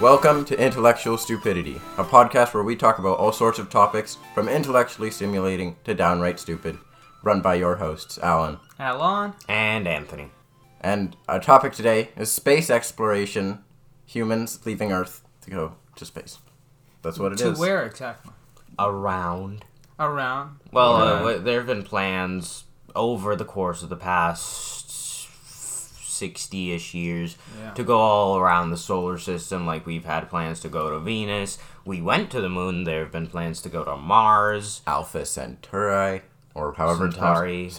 Welcome to Intellectual Stupidity, a podcast where we talk about all sorts of topics, from intellectually stimulating to downright stupid, run by your hosts, Alan. Alon. And Anthony. And our topic today is space exploration, humans leaving Earth to go to space. That's what it is. To where exactly? Around. Around. Well, Around. uh, wh- there have been plans over the course of the past 60 ish years Yeah. to go all around the solar system. Like, we've had plans to go to Venus. We went to the moon. There have been plans to go to Mars. Alpha Centauri, or however it's pronounced- Centauri.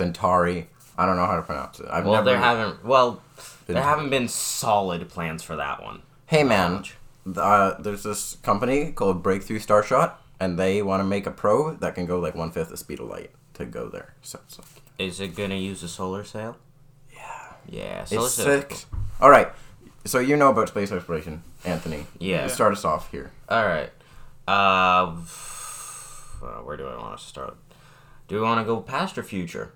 Centauri. I don't know how to pronounce it. I've Well, never. there haven't. Well, there to- haven't been solid plans for that one. hey man, th- uh, there's this company called Breakthrough Starshot, and they want to make a probe that can go like one fifth the speed of light to go there. So, so. Is it gonna use a solar sail? Yeah. Yeah. Solar it's sail- sick. All right, so you know about space exploration, Anthony. Yeah. Start us off here. All right. Uh, f- uh, where do I want to start? Do we want to go past or future?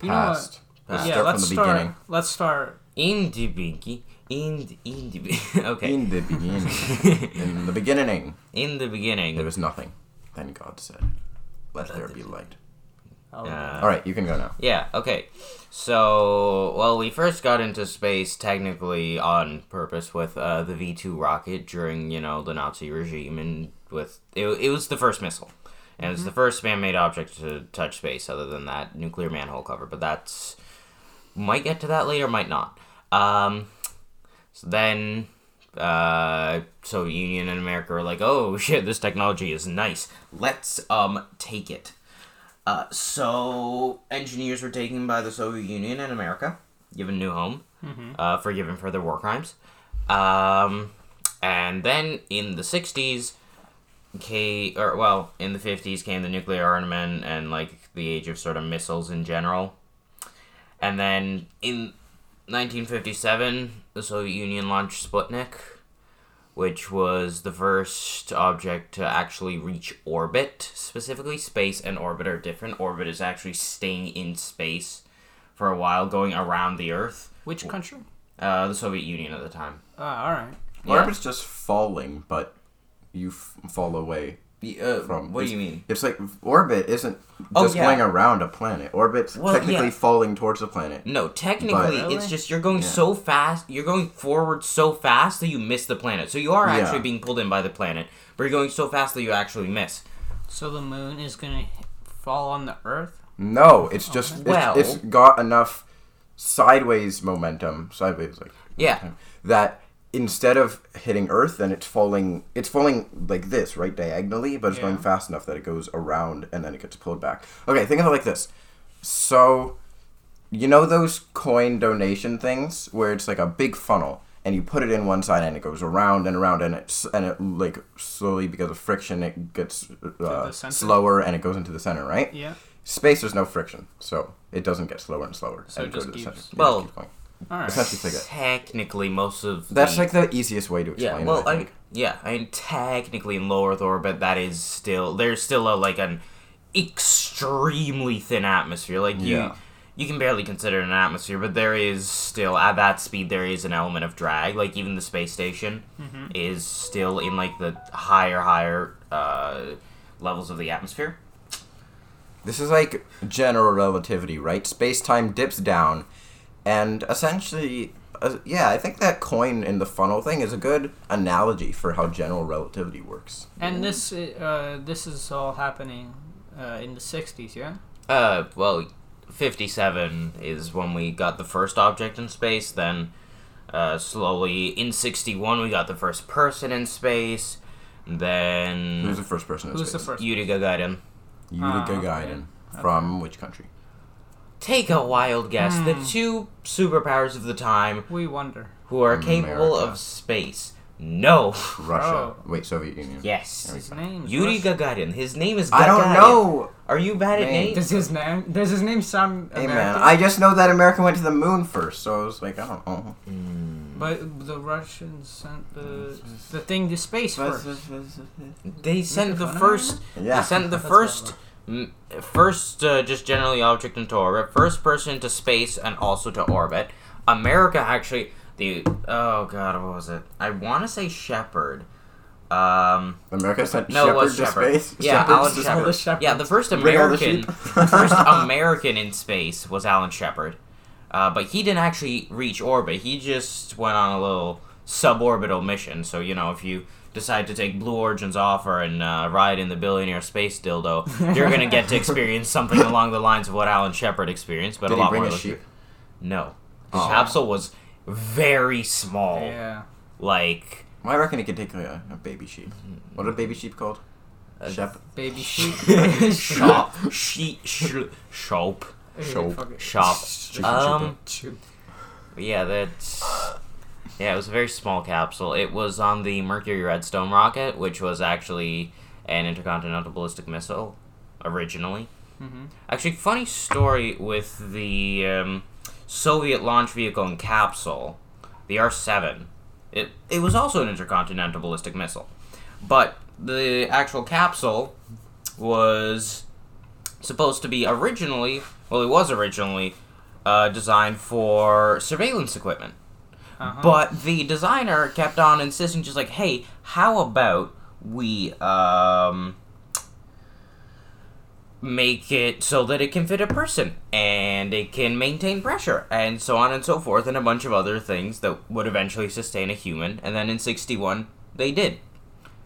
You know what? Past. Let's yeah, start let's from the start. beginning. Let's start. In the beginning, in the, in the be- okay, In the beginning. In the beginning, in the there beginning. was nothing. Then God said, "Let there be light." Oh, Uh, All right, you can go now. yeah. Okay. So, well, we first got into space technically on purpose with uh, the V two rocket during you know the Nazi regime and with it, it was the first missile. And it's the first man-made object to touch space, other than that nuclear manhole cover. But that's might get to that later, might not. Um, so then, uh, Soviet Union and America were like, "Oh shit, this technology is nice. Let's um take it." Uh, so engineers were taken by the Soviet Union and America, given new home, uh, forgiven for their war crimes. Um, and then in the '60s, K or well, in the '50s came the nuclear armament and like the age of sort of missiles in general. And then in 1957, the Soviet Union launched Sputnik, which was the first object to actually reach orbit. Specifically, space and orbit are different. Orbit is actually staying in space for a while, going around the Earth. Which country? Uh, the Soviet Union at the time. Uh, all right. Yeah. Orbit's just falling, but you f- fall away from. uh, what do it's- you mean? It's like orbit isn't just Oh, yeah. going around a planet. Orbit's Well, technically yeah. falling towards the planet. No, technically, But- it's just you're going Yeah. so fast, you're going forward so fast that you miss the planet. So you are Yeah. actually being pulled in by the planet, but you're going so fast that you actually miss. So the moon is gonna fall on the Earth. No, it's just it's, Well- it's got enough sideways momentum. Sideways like Yeah. that instead of hitting Earth, then it's falling. It's falling like this, right, diagonally, but it's going Yeah. fast enough that it goes around and then it gets pulled back. Okay, think of it like this. So, you know those coin donation things where it's like a big funnel, and you put it in one side, and it goes around and around, and it's and it like slowly because of friction, it gets uh, the center? slower, and it goes into the center, right? Yeah. Space, there's no friction, so it doesn't get slower and slower. So and it go just to the keeps- center. It just Well, keeps going. All right. Essentially, it's like that. Technically, most of That's the, like the easiest way to explain yeah. it. Well, I I, think. yeah. I mean, technically, in low Earth orbit, that is still there's still a like an extremely thin atmosphere. Like you, Yeah. you can barely consider it an atmosphere, but there is still at that speed there is an element of drag. Like even the space station Mm-hmm. is still in like the higher higher uh, levels of the atmosphere. This is like general relativity, right? Space time dips down, and essentially, uh, yeah, I think that coin in the funnel thing is a good analogy for how general relativity works. And this uh, this is all happening uh, in the '60s, yeah. Uh, well, 57 is when we got the first object in space, then uh, slowly in 61 we got the first person in space, Who's then the first person in Who's the space? first? Yuri Gagarin. Yuri Ah, okay. Gagarin. From which country? Take a wild guess. The two superpowers of the time We wonder. who are capable America. of space. No. Russia. Oh. Wait, Soviet Union. Yes. His name. is Yuri Russian. Gagarin. His name is Gagarin. I don't know. Are you bad at Name. names? Does his name? Does his name sound Hey man, American? I just know that America went to the moon first, so I was like, I don't know. But the Russians sent the the thing to space first. They sent the fun of first. Yeah. They sent the That's first. m- First, uh, just generally object into orbit. First person to space and also to orbit. America actually. the oh god, what was it? I want to say Shepard. Um, America sent No, it Shepard was to Shepard. space. Yeah, Alan just- Shepard. all the shepherds. Yeah, the first Bring all the American, sheep. the first American in space was Alan Shepard, uh, but he didn't actually reach orbit. He just went on a little suborbital mission. So you know, if you decide to take Blue Origin's offer and uh, ride in the billionaire space dildo, you're gonna get to experience something along the lines of what Alan Shepard experienced, but Did a he lot bring Oh. more. a illustrative. sheep? No, his capsule was very small. Yeah. Like Well, I reckon he could take like, a, a baby sheep. What are baby sheep called? Shep. Baby sheep. shop, she, sh- shop, Shop. Fuck it. shop. Chicken Um, Shoot. yeah, that's. Yeah, it was a very small capsule. It was on the Mercury Redstone rocket, which was actually an intercontinental ballistic missile originally. Mhm. Actually, funny story with the um, Soviet launch vehicle and capsule, the R seven. It it was also an intercontinental ballistic missile, but the actual capsule was supposed to be originally well, it was originally uh, designed for surveillance equipment. Uh-huh. But the designer kept on insisting, just like, hey, how about we um, make it so that it can fit a person and it can maintain pressure and so on and so forth, and a bunch of other things that would eventually sustain a human. And then in 61, they did.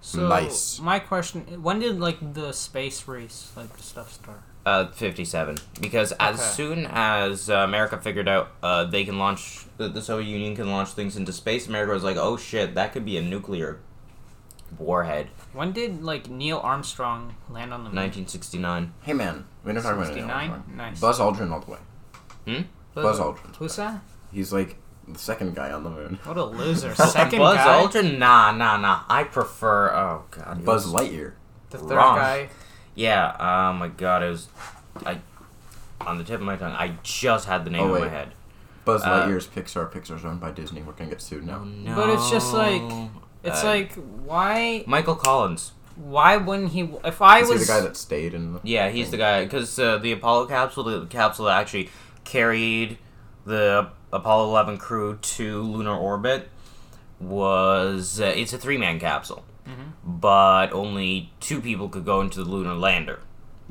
So Nice. my question: When did like the space race, like the stuff, start? Uh, 57. Because as Okay. soon as uh, America figured out uh, they can launch, the, the Soviet Union can launch things into space, America was like, oh shit, that could be a nuclear warhead. When did like Neil Armstrong land on the moon? 1969. Hey man, we don't talk about anything. 69? anymore. Nice. Buzz Aldrin all the way. Buzz Aldrin. Who's that? He's like the second guy on the moon. What a loser! Oh, Second Buzz guy, Aldrin? Nah, nah, nah. I prefer. Oh god. it Buzz was- Lightyear. the third Wrong. guy. Yeah. Oh my god. It was. I. On the tip of my tongue. I just had the name Oh, in my wait. head. Buzz Uh, Mm. Lightyear's Pixar. Pixar's owned by Disney. We're gonna get sued now. No. But it's just like- It's Uh, like why? Michael Collins. Why wouldn't he? If I Is he was the guy that stayed in? The... Yeah, he's the guy because uh, the Apollo capsule, the capsule that actually carried the Apollo 11 crew to lunar orbit, was uh, it's a three man capsule, Mm-hmm. but only two people could go into the lunar lander.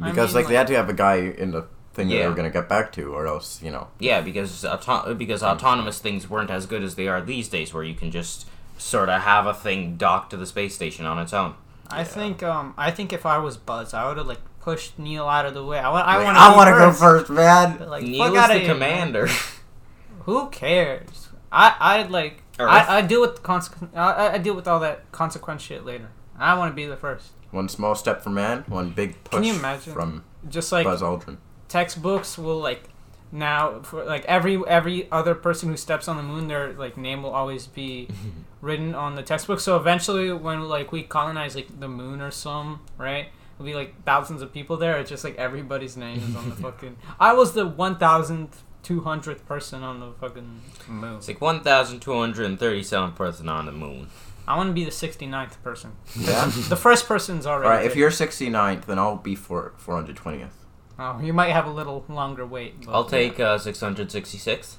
I Because mean, like, they had like- to have a guy in the thing that they Yeah. were gonna get back to, or else you know. Yeah, because auto- because autonomous things weren't as good as they are these days, where you can just sort of have a thing docked to the space station on its own. I think um I think if I was Buzz, I would have like pushed Neil out of the way. I want I want I want to go first, man. Like Neil fuck is outta the here, man. commander. Who cares? I I like Earth. I, I deal with consequence. I, I- I deal with all that consequence shit later. I want to be the first. One small step for man, one big push Can you imagine? from Just like Buzz Aldrin. textbooks will like now for like every every other person who steps on the moon their like name will always be written on the textbook so eventually when like we colonize like the moon or some right it'll be like thousands of people there it's just like everybody's name is on the fucking i was the 1200th person on the fucking moon It's like 1,237 person on the moon. i want to be the 69th person Yeah. the first person's All already right. If dead. you're 69th, then I'll be four 420th. oh, you might have a little longer wait but- I'll take uh, 666.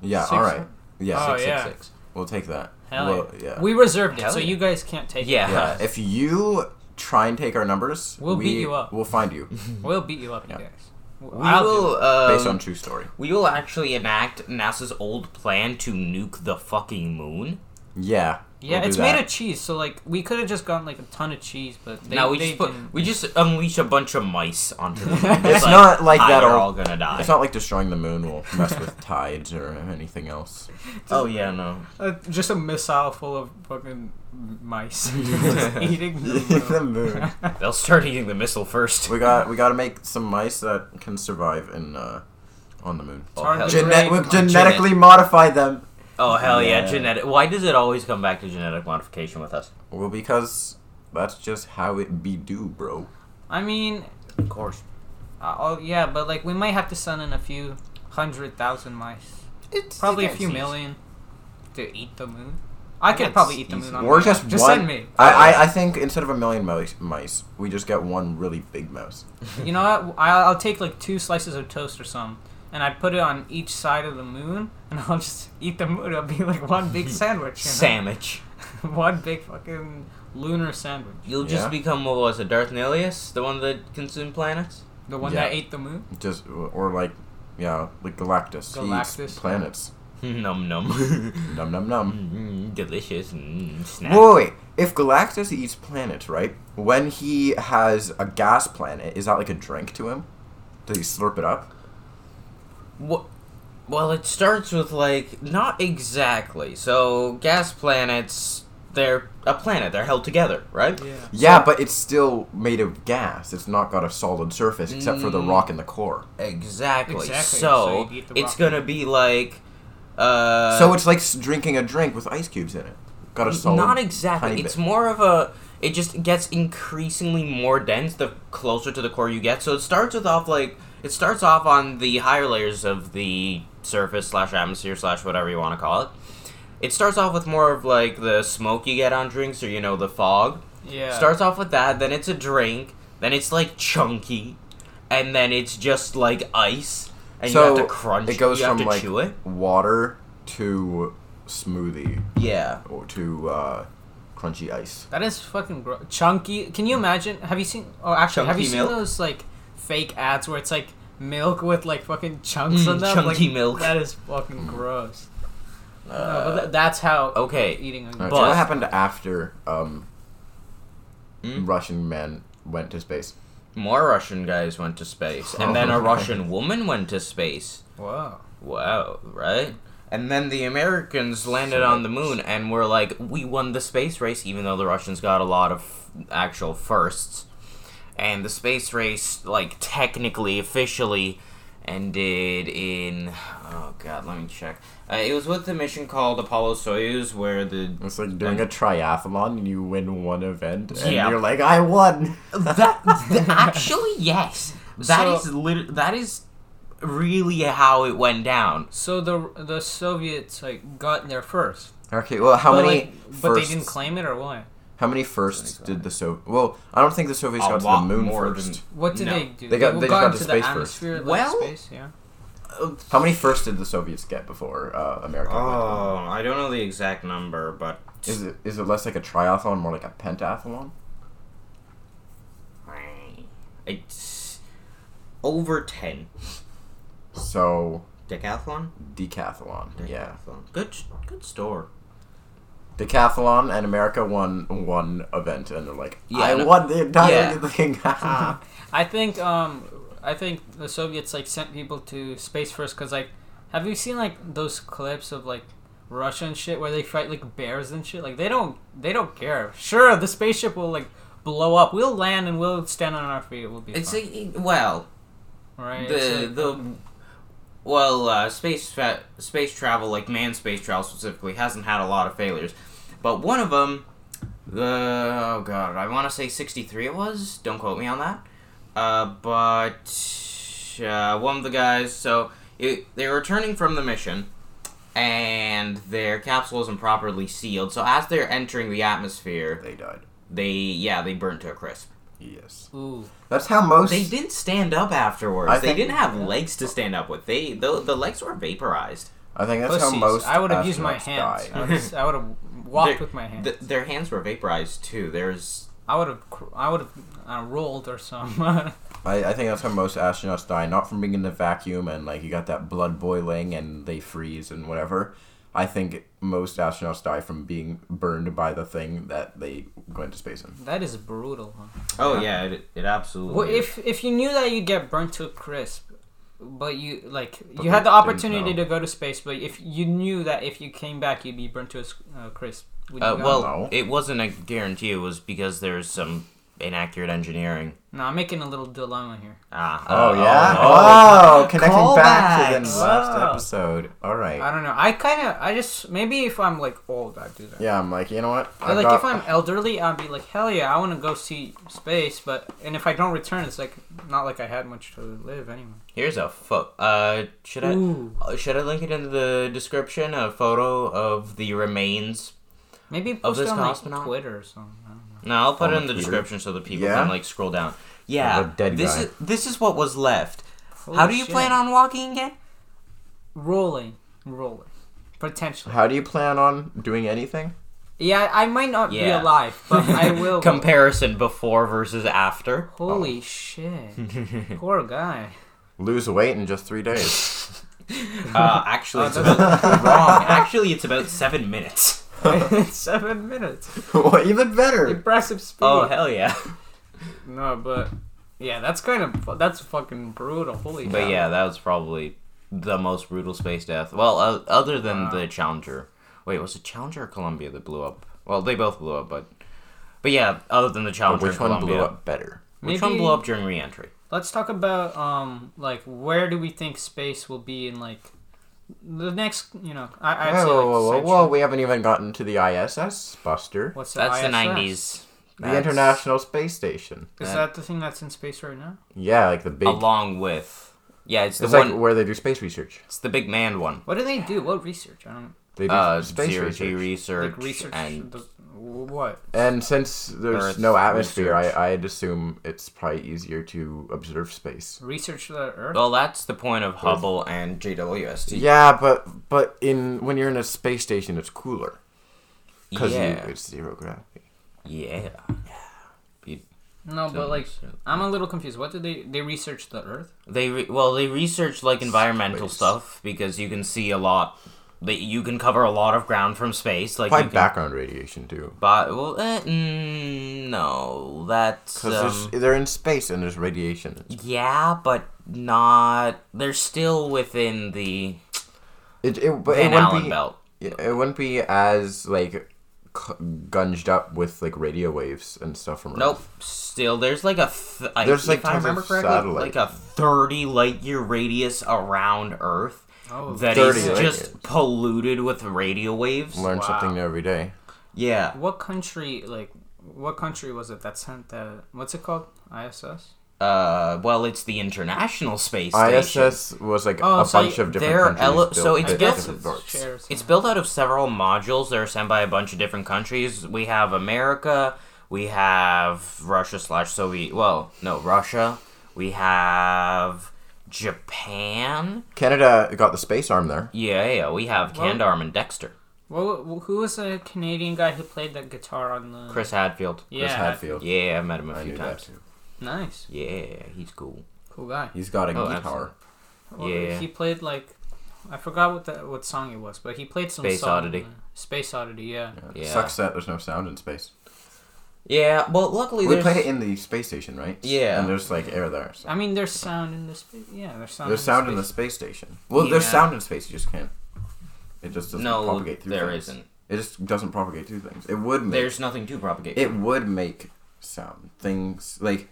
Yeah. Six- all right. Yeah. Oh, six- yeah. We'll take that. Hell Well, yeah. yeah. we reserved it Hell so yeah. you guys can't take Yeah. it Yeah, if you try and take our numbers, We'll we, beat you up. We'll find you we'll beat you up you Yeah. guys We I'll do it. will. Um, based on true story. we will actually enact NASA's old plan to nuke the fucking moon. Yeah. Yeah, we'll do it's that. made of cheese, so like we could have just gotten like a ton of cheese, but they, no, we they just put, didn't. we just unleash a bunch of mice onto the moon. It's not like "Hi, that You're old- all gonna die. It's not like destroying the moon will mess with tides or anything else. oh yeah, no. Uh, just a missile full of fucking mice eating Oh, the them. moon. They'll start eating the missile first. We got we got to make some mice that can survive in uh, on the moon. Oh hard hell, to yeah. break. Gene- Gene- we we genetically modify them. oh hell yeah, Yeah. genetic. Why does it always come back to genetic modification with us? Well, because that's just how it be do, bro. I mean, Of course. uh, oh yeah, but like we might have to send in a few hundred thousand mice, It's probably a few million, to eat the moon. I could That's probably eat the easy. moon. On Or my own. just just one. send me. I, I I think instead of a million mice, mice, we just get one really big mouse. You know what? I'll, I'll take like two slices of toast or some, and I put it on each side of the moon, and I'll just eat the moon. It'll be like one big sandwich. You know? Sandwich. one big fucking lunar sandwich. You'll just Yeah. become what was it, Darth Nilius, the one that consumed planets? The one that Yeah. ate the moon. Just or like, yeah, like Galactus. He eats Galactus. planets. num num. Num num num. Mm, Delicious. Mm, snack. Whoa, wait. If Galactus eats planets, right? When he has a gas planet, is that like a drink to him? Does he slurp it up? Wha- Well, it starts with like not exactly. So gas planets, they're a planet. They're held together, right? Yeah. Yeah, but it's still made of gas. It's not got a solid surface except for the Mm. rock in the core. Exactly. Exactly, so So, you'd eat the it's rock. gonna be like. Uh, so it's like s- drinking a drink with ice cubes in it. Got a solid. not exactly. tiny It's bit. more of a. It just gets increasingly more dense the closer to the core you get. So it starts with off like it starts off on the higher layers of the surface slash atmosphere slash whatever you want to call it. It starts off with more of like the smoke you get on drinks or you know the fog. Yeah. Starts off with that, then it's a drink, then it's like chunky, and then it's just like ice, and so you have to crunch. it goes you from have to like chew it. water to smoothie Yeah. or to uh, crunchy ice. That is fucking gro- chunky. Can you imagine? Have you seen? Oh, actually, have you Chunky seen milk? those like fake ads where it's like milk with like fucking chunks Mm, on them? chunky Like, milk. That is fucking gross. no, Oh, but Uh, th- that's how okay. eating. A- All right, so But- what happened after um, Hmm? Mm? Russian men went to space? More Russian guys went to space, and then a Okay. Russian woman went to space. Whoa. Wow, right? And then the Americans landed on the moon and were like, we won the space race, even though the Russians got a lot of actual firsts. And the space race, like, technically, officially ended in. Oh, God, let me check. Uh, it was with the mission called Apollo Soyuz, where the It's like doing a triathlon and you win one event and Yeah. you're like, I won. that, th- actually yes that So- is lit- that is really how it went down So the the Soviets like got there first. Okay, well, how but, many like, firsts? but they didn't claim it or what? How many firsts did the Soviet? Well, I don't think the Soviets A got to the lot moon more first. than- What did No. they do? They got- they just got into to the space first. atmosphere, like, Well- space, yeah. uh, How many firsts did the Soviets get before uh, America? went? oh i don't know the exact number but Is it is it less like a triathlon, more like a pentathlon? it's over 10 So decathlon decathlon, yeah, Decathlon. good good store decathlon, and America won one event, and they're like, Yeah, I no- won the entire yeah. thing. I think um I think the Soviets like sent people to space first because like have you seen like those clips of like Russia and shit where they fight like bears and shit like they don't they don't care sure the spaceship will like blow up we'll land and we'll stand on our feet we'll be it's fine, a, well right It's the like- the well uh, space fa- space travel like manned space travel specifically hasn't had a lot of failures but one of them the oh god i want to say 63 it was don't quote me on that uh, but uh, one of the guys so it, they were returning from the mission and their capsule isn't properly sealed so as they're entering the atmosphere they died. they yeah they burnt to a crisp Yes, ooh that's how most. they didn't stand up afterwards. I they think- didn't have legs to stand up with. They the, the legs were vaporized. I think that's how pussies. most. I would have used my astronauts die. hands I would've- I would have walked with my hands Th- their hands were vaporized too. There's I would have cr- I would have uh, rolled or something I, I think that's how most astronauts die, not from being in the vacuum and like you got that blood boiling and they freeze and whatever. I think most astronauts die from being burned by the thing that they went to space in. that is brutal. Huh? oh yeah, it, it absolutely. Well, is. if if you knew that you'd get burnt to a crisp, but you like But you had they the didn't opportunity know. to go to space, but if you knew that if you came back you'd be burnt to a s- uh, crisp, would you uh, go? well, No. it wasn't a guarantee. It was because there's some inaccurate engineering. no, I'm making a little dilemma here. Ah, Oh uh, yeah! oh, Oh, connecting back to the Callbacks. last Wow. episode. All I right. don't know. I kind of, I just maybe if I'm like old, I'd do that. Yeah, I'm like, you know what? But I've like got- if I'm elderly, I'd be like, hell yeah, I want to go see space. But and if I don't return, it's like not like I had much to live anyway. Here's a photo. Uh, should I Ooh. uh, should I link it in the description? A photo of the remains. Maybe post this it on like, cosmonaut? Twitter or something. I don't know. No, I'll put it in the Peter. description so that people Yeah? can like scroll down. Of Yeah, a dead this guy. is this is what was left. Holy How do you shit. plan on walking again? rolling, rolling, potentially. How do you plan on doing anything? Yeah, I might not be Yeah. alive, but I will. be. Comparison before versus after. Holy Hmm. shit! Poor guy. Lose weight in just three days. Uh, actually, it's about, wrong. Actually, it's about seven minutes. Seven minutes. well, even better. Impressive speed. Oh hell yeah! No, but yeah, that's kind of fu- that's fucking brutal. Holy. But cow. yeah, that was probably the most brutal space death. Well, uh, other than the Challenger. Wait, was it Challenger or Columbia that blew up? Well, they both blew up, but but yeah, other than the Challenger, Which and one Columbia, blew up better? Which one Maybe- blew up during reentry? Let's talk about um like where do we think space will be in like the next you know I I'd Whoa, say like, whoa, whoa, whoa, century. whoa, we haven't even gotten to the ISS, Buster. What's That's the ISS? nineties. The International Space Station. Is Uh, that the thing that's in space right now? Yeah, like the big. Along with yeah, it's the It's one. like where they do space research. it's the big man one. What do they do? What research? I don't They do Uh, space zero research. G research, like research. and the, what? And since there's Earth no atmosphere, I, research. I'd assume it's probably easier to observe space. Research the Earth. well, that's the point of Hubble and JWST. Yeah, but but in when you're in a space station, it's cooler because yeah, it's zero gravity. yeah. You No, but don't like research. I'm a little confused. What did they they research the Earth? They re- well, they research like environmental Space. stuff because you can see a lot. That you can cover a lot of ground from space. Like Probably you can, background radiation too, But well, eh, mm, no, that's because um, they're in space and there's radiation. yeah, but not. They're still within the It it, but it Van wouldn't Allen be belt. yeah, it wouldn't be as like c- gunged up with like radio waves and stuff from Earth. Nope. Still, there's like a. Th- I, There's, if like, I tons of remember correctly, satellite. like a thirty light year radius around Earth Oh, that 30 is light years. just polluted with radio waves. Learn Wow. something new every day. Yeah. What country like what country was it that sent that? What's it called? ISS. Uh. Well, it's the International Space Station. ISS was like Oh, a so bunch of they're different countries. ele- built so it's with built- different parts. Shares. It's built out of several modules that are sent by a bunch of different countries. We have America, we have Russia slash Soviet. Well, no, Russia. We have Japan. Canada got the space arm there. Yeah, yeah. We have Well- Candarm and Dexter. Well, who was the Canadian guy who played that guitar on the? Chris Hadfield. Yeah. Chris Hadfield. Yeah, I met him a I few knew that times. too. Nice, Yeah, he's cool. cool guy. He's got a Oh, guitar. Well, Yeah. He played like, I forgot what the what song it was, but he played some Space song- Oddity. Space Oddity, yeah. Yeah. Sucks that there's no sound in space. Yeah, well, luckily We there's- played it in the space station, right? Yeah. And there's like air there. So. I mean, there's sound in the space. Yeah, there's sound. There's in sound the in the space. space station. Well, there's Yeah. sound in space. You just can't. It just doesn't No, propagate through there things. isn't. It just doesn't propagate through things. It would make There's nothing to propagate. it would make sound things like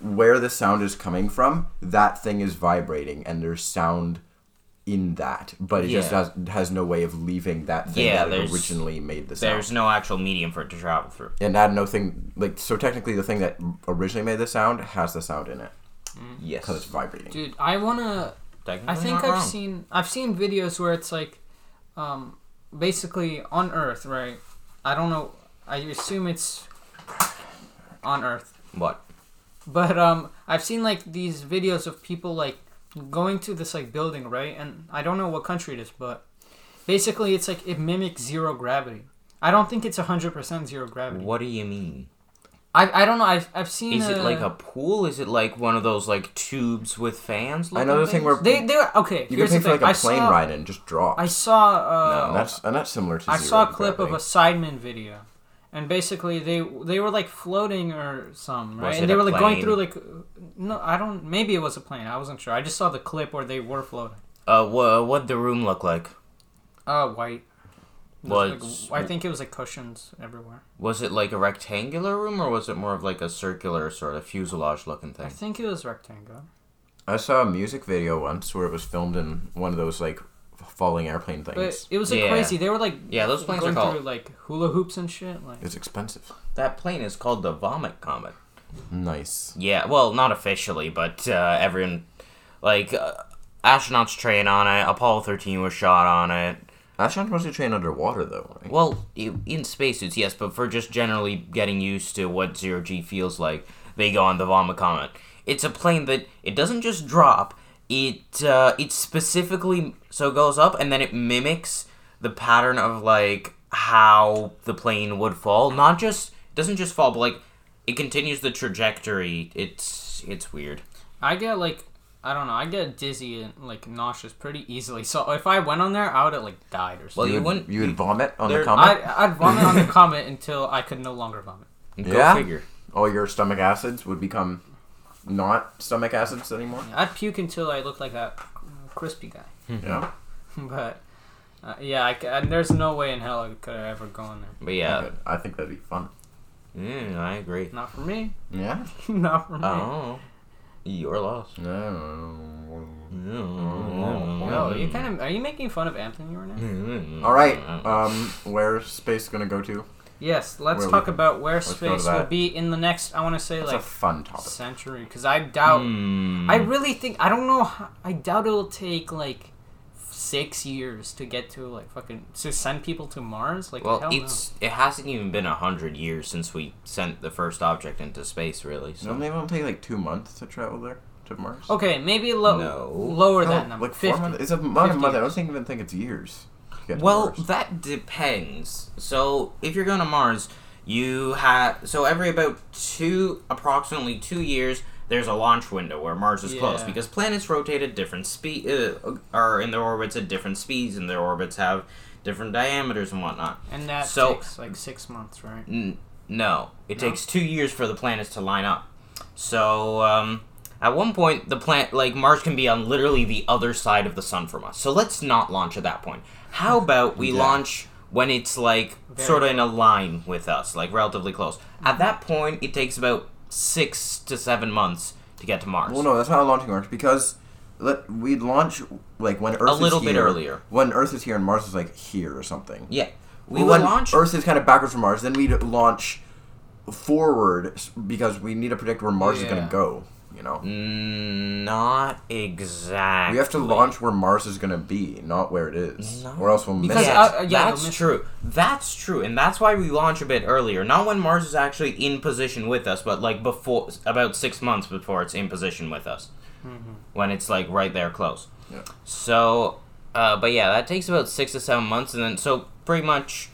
where the sound is coming from that thing is vibrating and there's sound in that but it just Yeah. has, has no way of leaving that thing Yeah, that it there's- originally made the there's sound no actual medium for it to travel through. and had no thing like so technically the thing that originally made the sound has the sound in it Mm-hmm. Yes. because it's vibrating Dude, I wanna. Technically I think not I've wrong. seen I've seen videos where it's like, um, basically on Earth, right? I don't know. I assume it's on Earth, What? But um, I've seen like these videos of people like going to this like building, right? And I don't know what country it is, but basically it's like it mimics zero gravity. I don't think it's hundred percent zero gravity. What do you mean? I, I don't know. I've, I've seen. uh, Is it like a pool? Is it like one of those like tubes with fans? I know the looking thing where things? They they okay. you can here's the pay for like thing. a I plane saw, ride and just draw I saw. Uh, and that's and that's similar to I zero saw a clip gravity. of a Sidemen video, and basically they they were like floating or some right, Was it and they a were like going plane? through like, uh, no, I don't. Maybe it was a plane. I wasn't sure. I just saw the clip where they were floating. Uh, wha- what'd the room look like? Uh, white. It Was- Was like, I think it was like cushions everywhere. Was it like a rectangular room or was it more of like a circular sort of fuselage looking I thing? think it was rectangle. I saw a music video once where it was filmed in one of those like falling airplane things But it was like Yeah. crazy. They were like Yeah, those planes are going called- through like hula hoops and shit. Like it's expensive That plane is called the Vomit Comet. nice Yeah, well, not officially, but uh, everyone, like, uh, astronauts train on it. Apollo 13 was shot on it. Astronauts mostly train underwater, though. Right? Well, i- in spacesuits, yes, but for just generally getting used to what zero G feels like, they go on the Vomit Comet. It's a plane that it doesn't just drop. It uh, it specifically So it goes up and then it mimics the pattern of like how the plane would fall. Not just it doesn't just fall, but like it continues the trajectory. It's it's weird. I get like I don't know. I get dizzy and like nauseous pretty easily. So if I went on there, I would have like died or Well, something. you, You would, wouldn't. you would vomit on the there- comet? I, I'd vomit on the comet until I could no longer vomit. Go Yeah? figure. All your stomach acids would become not stomach acids anymore. I'd puke until I looked like that crispy guy. Yeah. But uh, yeah, I c and there's no way in hell I could have ever gone there. But yeah, Good. I think that'd be fun. mm, I agree. Not for me. Yeah. Not for me. Oh, your loss. No, No, you kind of are you making fun of Anthony right now? of. Mm. All right. Mm. Um, where's space gonna go to? yes, let's Where we talk can- about where let's go to space will that. be in the next. I want to say That's a Hmm. like fun topic. century, because I doubt. Mm. I really think I don't know. how- I doubt it'll take like six years to get to like fucking to send people to Mars. Like Well, hell no. it's it hasn't even been a hundred years since we sent the first object into space, really. So Don't they only take like two months to travel there to Mars? okay, maybe low, Oh, No. lower No, that number. Like four 50. months. It's a month. 50 month. I don't years. think even think it's years. to get to Well, Mars. that depends. So if you're going to Mars, you have so every about two, approximately two years, there's a launch window where Mars is closed Yeah. because planets rotate at different speed, uh, are in their orbits at different speeds, and their orbits have different diameters and whatnot. And that So- takes like six months, right? N- no, it takes two years for the planets to line up. So um, at one point, the planet like Mars can be on literally the other side of the sun from us. So let's not launch at that point. How about we Hmm. Yeah. launch when it's like Very sort of in a line with us, like relatively close? At that Hmm. point, it takes about six to seven months to get to Mars. Well, no, that's not how launching works because let we launch like when Earth is little bit here- earlier. When Earth is here and Mars is like here or something. Yeah, we when would launch. Earth is kind of backwards from Mars, then we'd launch forward s- because we need to predict where Mars is going Yeah. to go. You know, Mm, Not exactly. we have to launch where Mars is going to be, not where it is, No. or else we'll miss. Because it. Yeah. uh, yeah, they'll that's miss true. That's true, and that's why we launch a bit earlier. Not when Mars is actually in position with us, but like before, about six months before it's in position with us, when it's like right there close. Yeah. So, uh, but yeah, that takes about six to seven months, and then so pretty much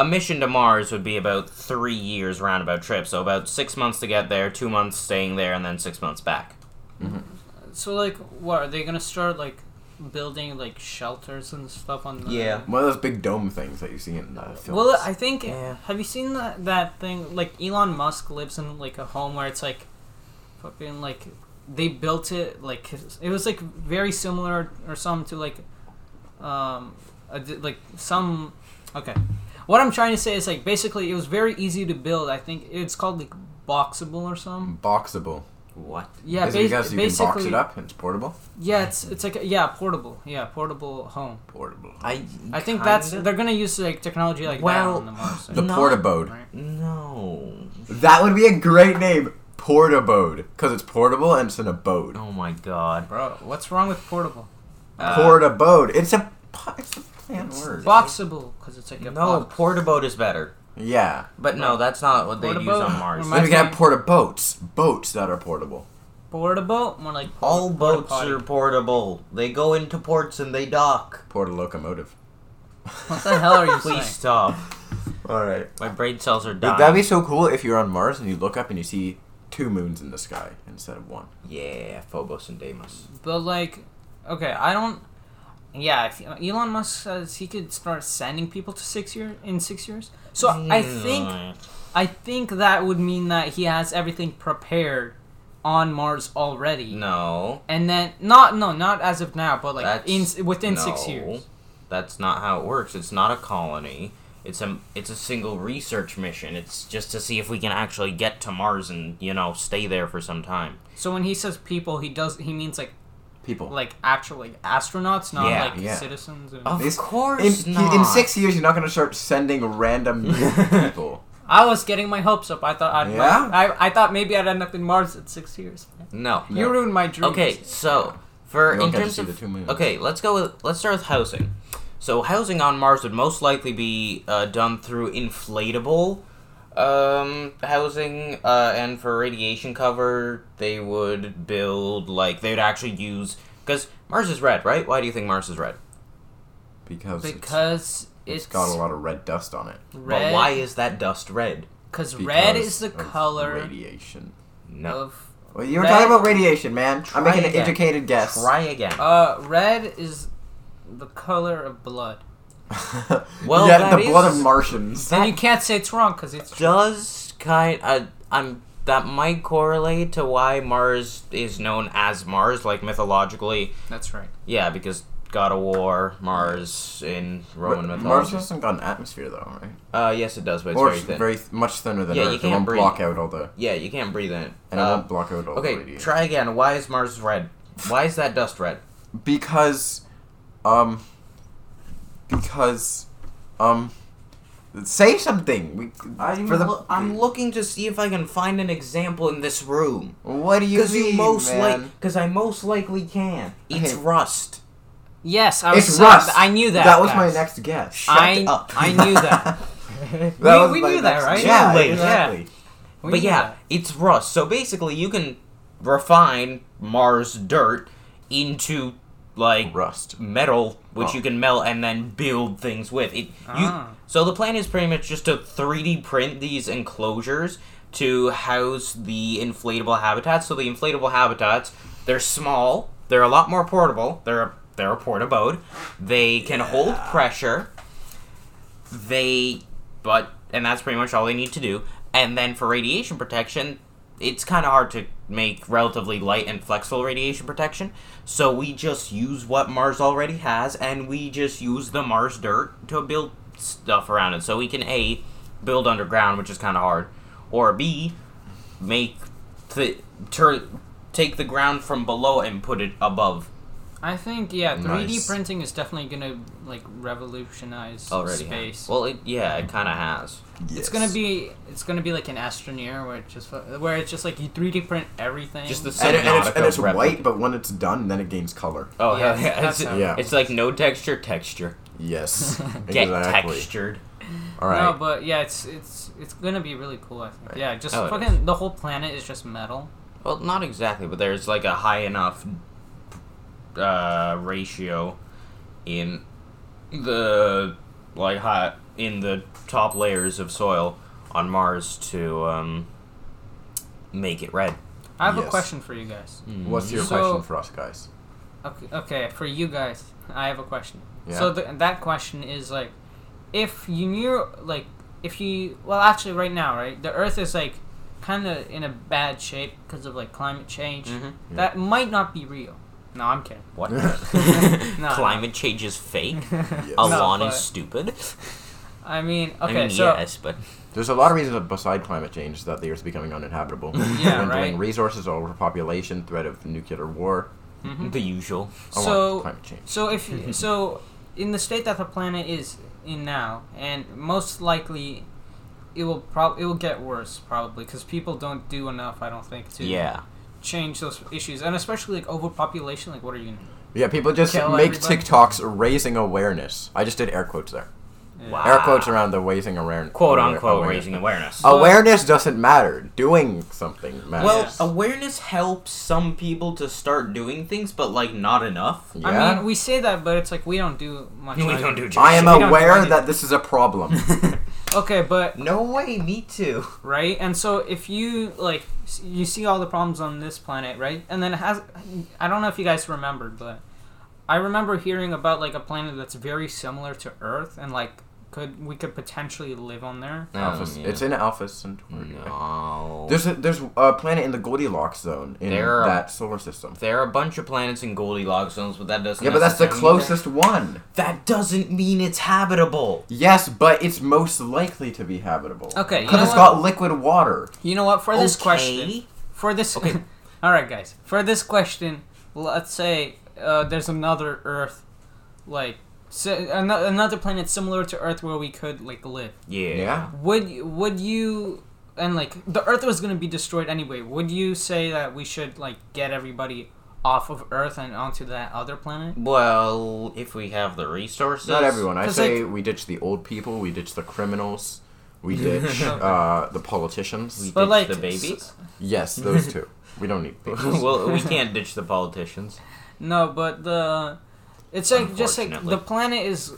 a mission to Mars would be about three years roundabout trip. So about six months to get there, two months staying there, and then six months back. So like, what are they gonna start like building like shelters and stuff on the? Yeah. One of those big dome things that you see in uh, films. Well, I think Yeah. have you seen that that thing like Elon Musk lives in like a home where it's like fucking like they built it like it was like very similar or some to like um a di- like some okay what I'm trying to say is like basically it was very easy to build I think it's called like boxable or some boxable. What? yeah is bas- it because you can box basically it up and it's portable? yeah it's it's like a, yeah portable yeah portable home Portable. I I think that's kinda- they're gonna use like technology like Well, that on the Mars the Not- port abode. right? no. That would be a great name, port abode, because it's portable and it's an abode. Oh my god. Bro, what's wrong with portable? Uh, port abode. It's a pu- it's a planned word. Boxable, because it's like a No, box. portaboat is better. Yeah. But no, that's not what they use Portaboat? on Mars. Then we Reminds can me- have porta boats. Boats that are portable. portable, more like port- All porta boats potty. are portable. They go into ports and they dock. Porta locomotive. What the hell are you Please saying? stop. All right. My brain cells are dying. That'd be so cool if you're on Mars and you look up and you see two moons in the sky instead of one. yeah, Phobos and Deimos. But like, okay, I don't. Yeah, if Elon Musk says he could start sending people to six year in six years. So I Hmm. think Mm. I think that would mean that he has everything prepared on Mars already. no. And then not no not as of now, but like in That's- within no. six years. That's not how it works. It's not a colony. It's a it's a single research mission. It's just to see if we can actually get to Mars and you know stay there for some time. So when he says people, he does he means like People. like actual like astronauts, not Yeah, like yeah. citizens. And... Of This- course in, not. in six years, you're not going to start sending random people. I was getting my hopes up. I thought I'd Yeah? I, I thought maybe I'd end up in Mars at six years. No. You ruined my dreams. Okay, so for You don't in get to terms see of the two moons. okay, let's go with let's start with housing. So housing on Mars would most likely be uh, done through inflatable um, housing, uh, and for radiation cover, they would build like they would actually use because Mars is red, right? Why do you think Mars is red? because, it's- because it's it's got a lot of red dust on it. But why red. is that dust red? Because red Because is the of color radiation. No. of Well, you were Red- talking about radiation, man. I'm making an again. educated guess. Try again. uh red is the color of blood. Well, yeah, that the blood is- of Martians. And That you can't say it's wrong because it's does kind. Uh, I'm. That might correlate to why Mars is known as Mars, like mythologically. that's right. Yeah, because God of War, Mars in Roman But Mars mythology. hasn't got an atmosphere though, right? Uh, yes, it does, but it's or very it's thin. very th- much thinner than Yeah, you Earth. It can't won't breathe. block out all the yeah, you can't breathe in it. and it Uh, won't block out all the okay, radiation. try again. Why is Mars red? Why is that dust red? because um because um say something. We I'm, for the I'm looking to see if I can find an example in this room. what do you Because mean, you most man? like, because I most likely can. It's Hey. rust. Yes, I was. It's saying- rust. I knew that. That was guys. my next Oh. guess. I up. I knew that. That we- was we my knew that, next- right? Yeah, Too late. exactly. We but knew yeah, that. it's rust. So basically, you can refine Mars dirt into like Rust. metal, which Oh. you can melt and then build things with. It, Ah. you, so the plan is pretty much just to 3D print these enclosures to house the inflatable habitats. So the inflatable habitats, they're small, they're a lot more portable. They're a, they're a port abode. They can hold pressure. They, but and that's pretty much all they need to do. And then for radiation protection, it's kind of hard to make relatively light and flexible radiation protection. So we just use what Mars already has, and we just use the Mars dirt to build stuff around it. So we can a build underground, which is kind of hard, or b make the turn take the ground from below and put it above. I think yeah, 3D Nice. printing is definitely gonna like revolutionize Already, has. space. well, it, yeah, it kind of has. it's gonna be it's gonna be like an astroneer where it just where it's just like you 3D print everything. Just the and, it- and it's, and it's Subnautica's replica. white, but when it's done, then it gains color. Oh Yeah, hell yeah, that's it's, how it Yeah. works. it's like no texture, texture. Yes, Get exactly. textured. All right. No, but yeah, it's it's it's gonna be really cool. I think. Yeah, just Oh, it fucking the whole planet is just metal. Well, not exactly, but there's like a high enough uh, ratio in the like high in the top layers of soil on Mars to um, make it red. I have a Yes. Mm. question for you guys. What's your So- question for us guys? Okay, okay, for you guys, I have a question. Yeah. So th- that question is like, if you knew, like, if you, well, actually, right now, right, the Earth is like, kind of in a bad shape because of like climate change. Mm-hmm. Mhm. That might not be real. No, I'm kidding. What? No. Climate change is fake. Yes. Alon No, but- is stupid. I mean, I okay, mean, so yes, but There's a lot of reasons beside climate change that the Earth's becoming uninhabitable. Yeah, Dwindling right. resources, overpopulation, threat of nuclear war. the usual. along with so climate change. so if so, in the state that the planet is in now, and most likely. It will prob- it will get worse probably because people don't do enough. I don't think to Yeah. change those issues, and especially like overpopulation. Like, what are you? Yeah, people just Kill make everybody. TikToks raising awareness. I just did air quotes there. Wow. Ah. Air quotes around the raising awareness. Quote unquote raising awareness. Awareness doesn't matter. Doing something Well, matters. awareness helps some people to start doing things, but like not enough. yeah. I mean, we say that, but it's like we don't do much. We like- don't do. I am we don't do aware anything. that this is a problem. Okay, but No way, me too. right, and so if you like, s- you see all the problems on this planet, right, and then it has, I don't know if you guys remembered, but I remember hearing about like a planet that's very similar to Earth, and like could we could potentially live on there. Alpha, It's in Alpha Centauri. no. There's a, there's a planet in the Goldilocks zone in There are- that solar system. There are a bunch of planets in Goldilocks zones, but that doesn't. Yeah, but that's the necessarily mean closest one. That, that doesn't mean it's habitable. Yes, but it's most likely to be habitable. Okay, you Because know it's what? got liquid water. You know what? For this Okay. question, for this, Okay. all right, guys. For this question, let's say uh, there's another Earth, like si- ano- another planet similar to Earth where we could like live. Yeah. Yeah. Would you- would you? And like the Earth was gonna be destroyed anyway. Would you say that we should like get everybody off of Earth and onto that other planet? Well, if we have the resources. Not everyone. I 'Cause, say we ditch the old people, we ditch the criminals, we ditch uh, the We politicians. But ditch like the babies. Yes, those two. We don't need babies. well, we can't ditch the politicians. No, but the It's like just like Unfortunately. the planet is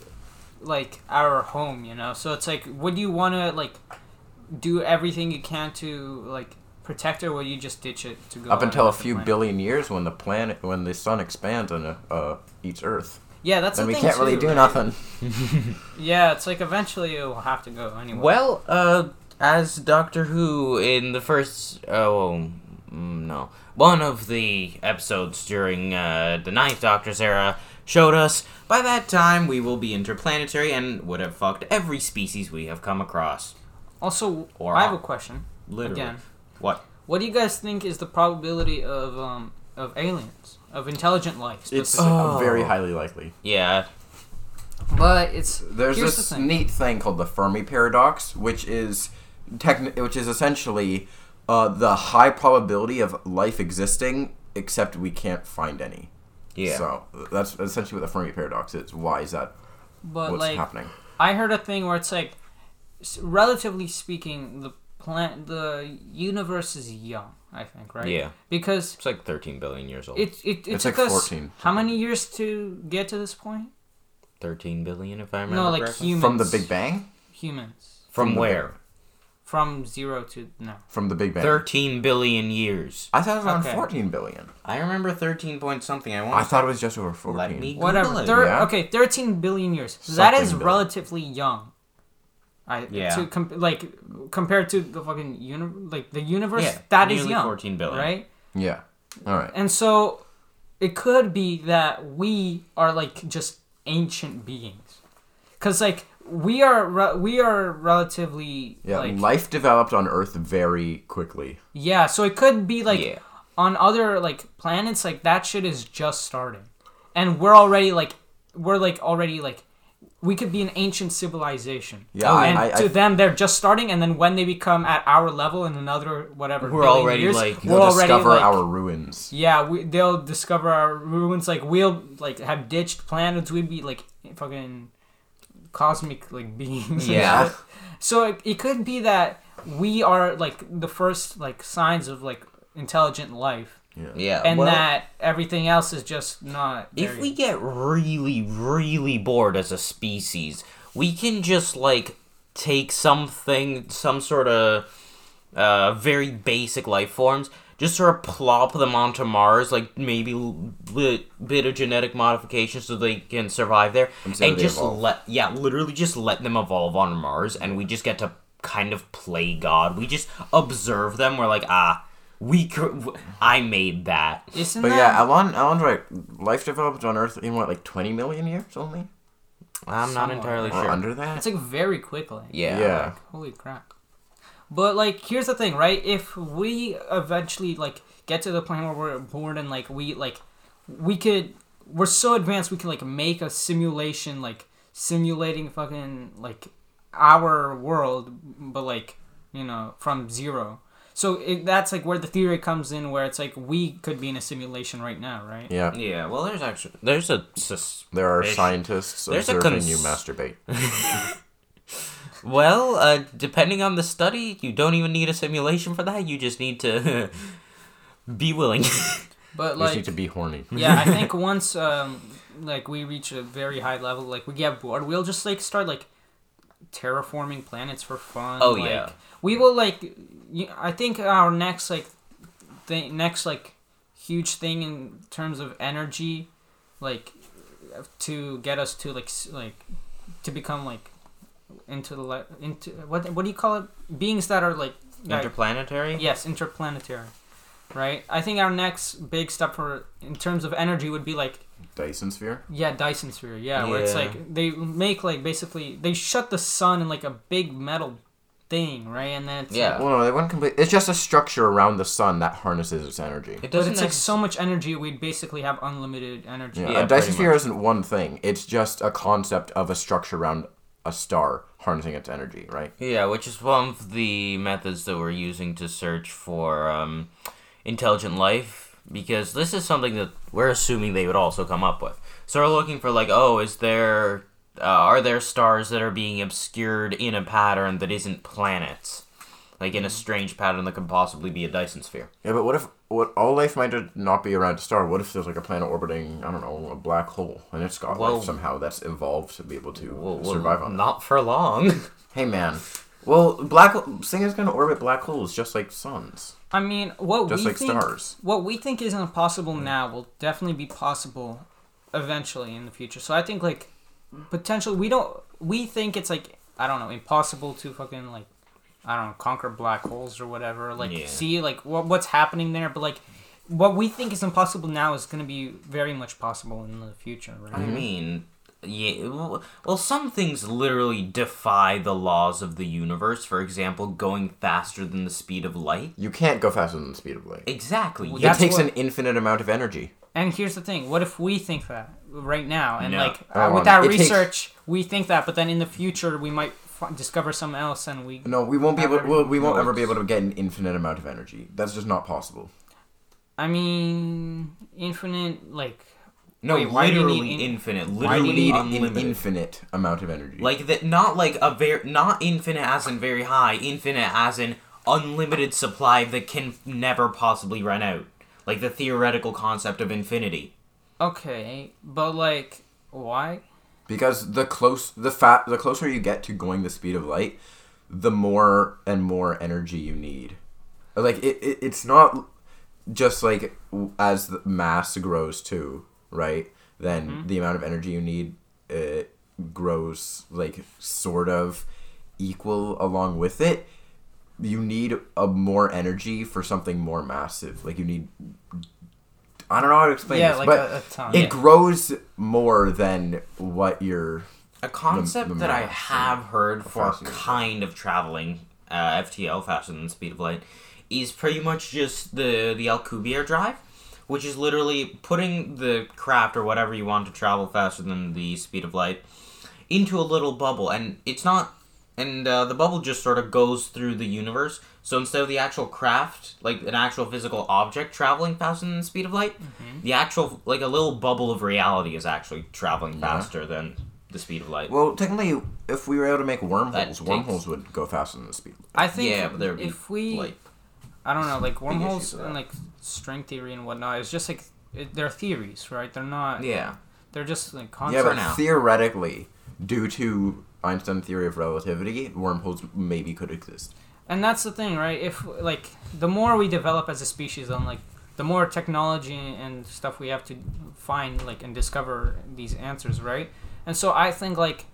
like our home, you know. So it's like, would you want to like do everything you can to like protect it, or would you just ditch it to go Up on until a another few planet? billion years when the planet when the sun expands and uh, uh, eats Earth, Yeah, that's then the we thing can't really do too, right? nothing. Yeah, it's like eventually it will have to go anyway. Well, uh, as Doctor Who in the first, oh mm, no, one of the episodes during uh, the Ninth Doctor's era showed us, by that time we will be interplanetary and would have fucked every species we have come across. Also, Or- I have a question. Literally. Again. What? What do you guys think is the probability of um of aliens of intelligent life? It's specifically? uh, very highly likely. Yeah. but it's Oh. There's here's this the thing. neat thing called the Fermi paradox, which is techni- which is essentially uh, the high probability of life existing, except we can't find any. Yeah. So that's essentially what the Fermi paradox is. Why is that? but what's like happening? I heard a thing where it's like, s- relatively speaking, the plant the universe is young. I think right. Yeah. Because It's like 13 billion years old. it it, it It's took like us 14. how many years to get to this point? 13 billion, if I remember No, like correctly. humans From the Big Bang? humans From from the- where? from zero to no. From the Big Bang. 13 billion years. I thought it was around Okay. 14 billion. I remember 13 point something. I I want thought it was just over 14. Let me Google Whatever. it. Thir- yeah. Okay, thirteen billion years. that is Something billion. relatively young. I, Yeah. To com- like compared to the fucking universe, like the universe, Yeah, that is nearly young. 14 billion. Right. Yeah. All right. And so it could be that we are like just ancient beings. Cuz like we are re- we are relatively Yeah, like life developed on Earth very quickly. yeah, so it could be like Yeah. on other like planets like that shit is just starting. And we're already like we're like already like we could be an ancient civilization. Yeah, I- and I- I- to them they're just starting, and then when they become at our level in another whatever, We're billion already, years, like- We'll we're already discover like, our ruins. Yeah, we, they'll discover our ruins. Like we'll like have ditched planets. We'd be like fucking cosmic like beings. and Yeah. shit. So it, it could be that we are like the first like signs of like intelligent life, Yeah. and Uh, well- that everything else is just not. If there we yet. get really, really bored as a species, we can just like take something, some sort of uh, very basic life forms, just sort of plop them onto Mars, like maybe l- li- bit of genetic modification so they can survive there, see how and they just evolve. let yeah, literally just let them evolve on Mars, and we just get to kind of play God. We just observe them. We're like ah. We cr- I made that. isn't But that yeah, Alan, Alan's right. Life developed on Earth in what, like 20 million years only? I'm not Somewhat. entirely Or sure. under that? it's like very quickly. Yeah. yeah. Holy crap. But like here's the thing, right? If we eventually like get to the point where we're bored and like we like we could we're so advanced we can like make a simulation like simulating fucking like our world but like you know from zero. So it, that's like where the theory comes in where it's like we could be in a simulation right now, right? yeah. Yeah, well, there's actually there's a sus- There are Fish. scientists There's a observing cons- you masturbate. well, uh, depending on the study, you don't even need a simulation for that. You just need to be willing. But you just like need to be horny. yeah, I think once um like we reach a very high level, like we get bored, we'll just like start like terraforming planets for fun. Oh, like, yeah. we will like. y- I think our next like thing, next like huge thing in terms of energy, like to get us to like s- like to become like into the li- into what what do you call it beings that are like that Interplanetary. Yes, interplanetary. Right? I think our next big step for in terms of energy would be like Dyson sphere? yeah, Dyson sphere. Yeah, where it's Yeah. like they make like basically they shut the sun in like a big metal thing, right? And then it's Yeah. like, Well, no, they wouldn't complete. It's just a structure around the sun that harnesses its energy. It but doesn't. it's like necess- so much energy we'd basically have unlimited energy. Yeah, Yeah, a Dyson pretty sphere isn't one thing. It's just a concept of a structure around a star harnessing its energy, right? yeah, which is one of the methods that we're using to search for um, intelligent life because this is something that we're assuming they would also come up with. So we're looking for like, oh, is there uh, are there stars that are being obscured in a pattern that isn't planets? Like Mm-hmm. in a strange pattern that could possibly be a Dyson sphere. Yeah, but what if what all life might just not be around a star? What if there's like a planet orbiting, I don't know, a black hole, and it's got Well- life somehow that's evolved to be able to Well, well, survive on? it? not for long. Hey man, well, black thing is gonna orbit black holes just like suns, I mean, what just we like think, stars. what we think isn't possible now will definitely be possible eventually in the future. So I think like potentially we don't we think it's like I don't know impossible to fucking like I don't know conquer black holes or whatever. Like Yeah. see like what what's happening there, but like what we think is impossible now is going to be very much possible in the future, right? Mm-hmm. I mean, yeah. well- Well, some things literally defy the laws of the universe. For example, going faster than the speed of light. You can't go faster than the speed of light. It, Exactly. Well, yeah. that's takes what- an infinite amount of energy. And here's the thing: what if we think that right now, and No. like Oh, uh, well, with our it takes- research, we think that, but then in the future we might f- discover something else, and we No, we won't be able. Ever- Well, we won't no, ever be it's- able to get an infinite amount of energy. That's just not possible. I mean, infinite, like. No, Wait, why do you literally need in- infinite. You Literally need an unlimited. infinite amount of energy. like that, not like a very, not infinite as in very high. Infinite as in unlimited supply that can never possibly run out. Like the theoretical concept of infinity. Okay, but like, why? because the close the fat the closer you get to going the speed of light the more and more energy you need like it, it it's not just like w- as the mass grows too right then Mm-hmm. the amount of energy you need it grows like sort of equal along with it you need a more energy for something more massive like you need i don't know how to explain Yeah, this like but a, a ton. it grows more than what you're. A concept the that I mass have heard for faster than kind of traveling uh, FTL faster than the speed of light is pretty much just the the Alcubierre drive, which is literally putting the craft or whatever you want to travel faster than the speed of light into a little bubble, and it's not. And uh, the bubble just sort of goes through the universe. So instead of the actual craft, like an actual physical object traveling faster than the speed of light, the actual like a little bubble of reality is actually traveling faster than the speed of light. Well, technically, if we were able to make That wormholes, takes- wormholes would go faster than the speed. I think yeah, but there would be if we, like I don't know, like wormholes issues with and that. like string theory and whatnot. It's just like it, they're theories, right? They're not. yeah, They're just like Yeah, concepts. but now. theoretically, due to Einstein's theory of relativity, wormholes maybe could exist. and that's the thing right if like the more we develop as a species and like the more technology and stuff we have to find like and discover these answers right and so i think like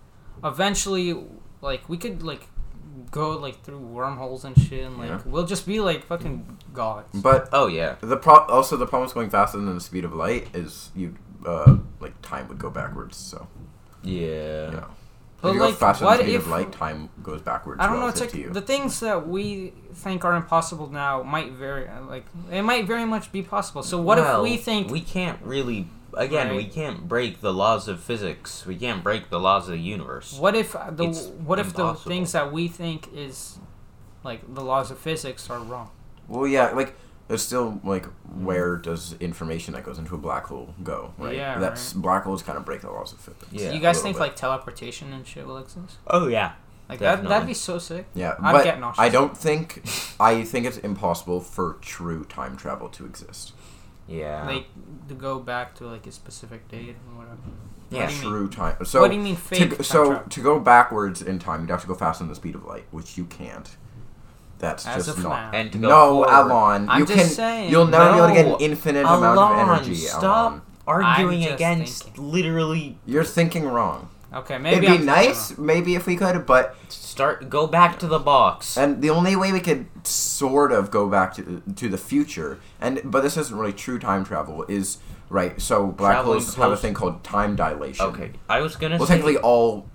eventually like we could like go like through wormholes and shit and like Yeah. we'll just be like fucking gods But oh yeah, the pro- also the problem with going faster than the speed of light is you uh, like time would go backwards. So yeah, you know. But, if you like, go faster what than the speed of if- light, time goes backwards. I don't know. It's relative like to you. the things that we think are impossible now might very like it might very much be possible. So what Well, if we think we can't really? Again, we Right. can't break the laws of physics. We can't break the laws of the universe. What if uh, the It's what if the impossible. things that we think is like the laws of physics are wrong? Well, yeah, like it's still like where does information that goes into a black hole go? Right. Yeah, That's black holes kind of break the laws of physics. Yeah. Do you a guys little think bit. like teleportation and shit will exist? Oh yeah, Like that that'd Definitely. be so sick. Yeah, I'm but getting nauseous. I don't think I think it's impossible for true time travel to exist. yeah, Like to go back to like a specific date or whatever. yeah. do you mean? True time. So what do you mean to fake go- time so travel? to go backwards in time, you'd have to go faster than the speed of light, which you can't. That's As just of not. now. And to go No, forward- Alon, I'm you just can. saying. You'll never be able to get No, an infinite amount Alon, of energy. stop Alon. arguing just against thinking. literally. You're thinking wrong. Okay, maybe It'd I'm be thinking nice, wrong. maybe if we could, but Start. Go back to the box. And the only way we could sort of go back to to the future, and but this isn't really true time travel, is right. So black Traveling holes have a close- thing called time dilation. Okay, I was gonna. Well, say, technically, all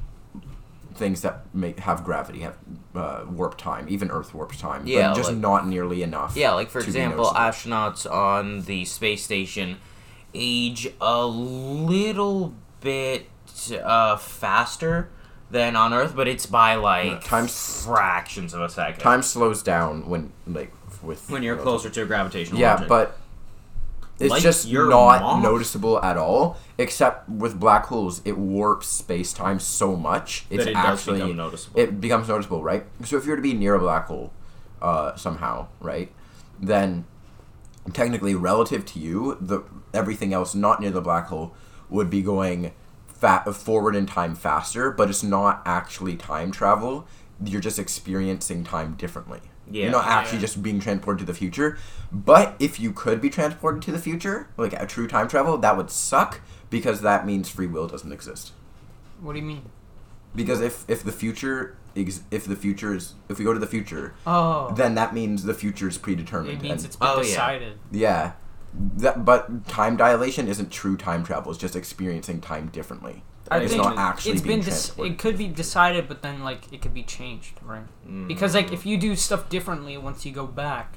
things that make have gravity have uh, warp time. Even Earth warps time. Yeah, but just like- not nearly enough. Yeah, like for to be example, noticeable. astronauts on the space station age a little bit uh, faster than on Earth, but it's by like times- fractions of a second. time slows down when like with when you're closer to a gravitational. Yeah, object. but it's Like just your not mom? noticeable at all. Except with black holes, it warps space time so much it's it does actually become noticeable. It becomes noticeable, right? So if you were to be near a black hole, uh, somehow, right? Then technically, relative to you, the everything else not near the black hole would be going fa- forward in time faster, but it's not actually time travel. You're just experiencing time differently. Yeah, You're not actually yeah. just being transported to the future. But if you could be transported to the future, like a true time travel, that would suck because that means free will doesn't exist. What do you mean? Because if if the future ex- if the future is if we go to the future, Oh, then that means the future is predetermined. it means and- it's been Oh, yeah. decided. yeah. That, but time dilation isn't true time travel. It's just experiencing time differently. I it's think not actually it's being been dis- transported. it could be decided, but then like it could be changed, right? Mm. Because like if you do stuff differently once you go back,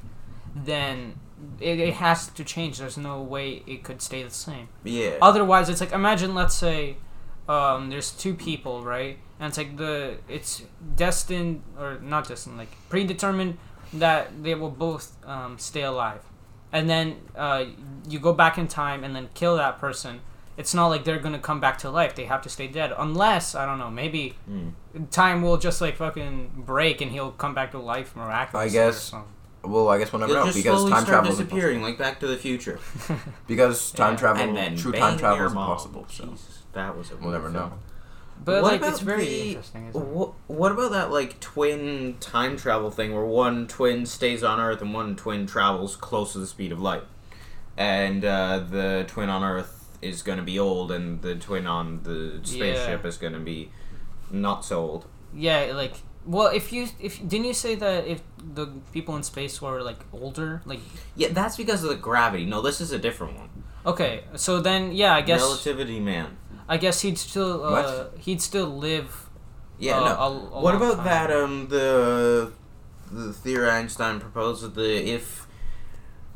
then it, it has to change. There's no way it could stay the same. Yeah. Otherwise, it's like imagine let's say um, there's two people, right? And it's like the it's destined or not destined, like predetermined that they will both um, stay alive. And then uh, you go back in time and then kill that person. It's not like they're gonna come back to life. They have to stay dead, unless I don't know. Maybe time will just like fucking break and he'll come back to life miraculously. or guess. something. well, I guess we'll never You'll know just because slowly time start travel is impossible. disappearing, like Back to the Future. Because time Yeah. travel, and then true bang, time travel your is mom. impossible. So Jesus, that was a we'll never film. know. But what like about it's very the, interesting. Isn't it? wh- what about that like twin time travel thing where one twin stays on Earth and one twin travels close to the speed of light, and uh, the twin on Earth is going to be old, and the twin on the spaceship is going to be not so old. Yeah, like well, if you if didn't you say that if the people in space were like older, like Yeah, that's because of the gravity. No, this is a different one. okay, so then yeah, I guess Relativity man. I guess he'd still uh, he'd still live. uh, Yeah, no. a- a what long about time. that? Um, the the theory Einstein proposed that the if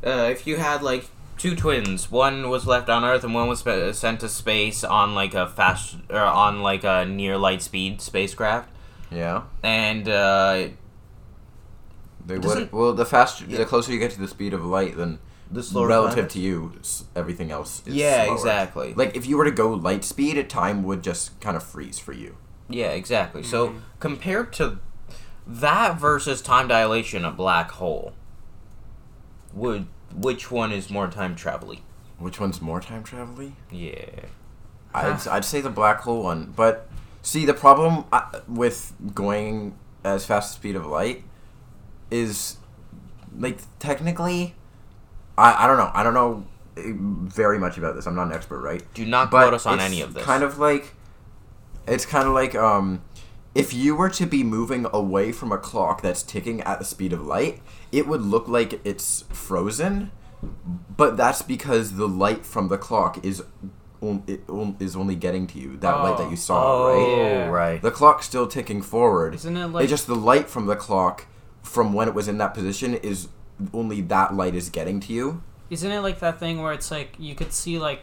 uh, if you had like two twins, one was left on Earth and one was spe- sent to space on like a fast or on like a near light speed spacecraft, Yeah, and uh, they would. Doesn't- Well, the faster, Yeah. the closer you get to the speed of light, then the relative to you, s- everything else. is yeah, slower. exactly. Like if you were to go light speed, at time would just kind of freeze for you. Yeah, exactly. Mm-hmm. So compared to that versus time dilation, a black hole, would which one is more time travel-y? Which one's more time travel-y? Yeah. I'd, I'd say the black hole one, but see the problem uh, with going as fast as speed of light is like technically, I I don't know I don't know eh, very much about this. I'm not an expert, right? Do not But quote us on it's any of this. Kind of like it's kind of like um if you were to be moving away from a clock that's ticking at the speed of light, it would look like it's frozen, but that's because the light from the clock is on, it on, is only getting to you that light that you saw, Oh, right? Yeah. right. The clock's still ticking forward. Isn't it It's like- just the light from the clock from when it was in that position is only that light is getting to you. Isn't it like that thing where it's like you could see like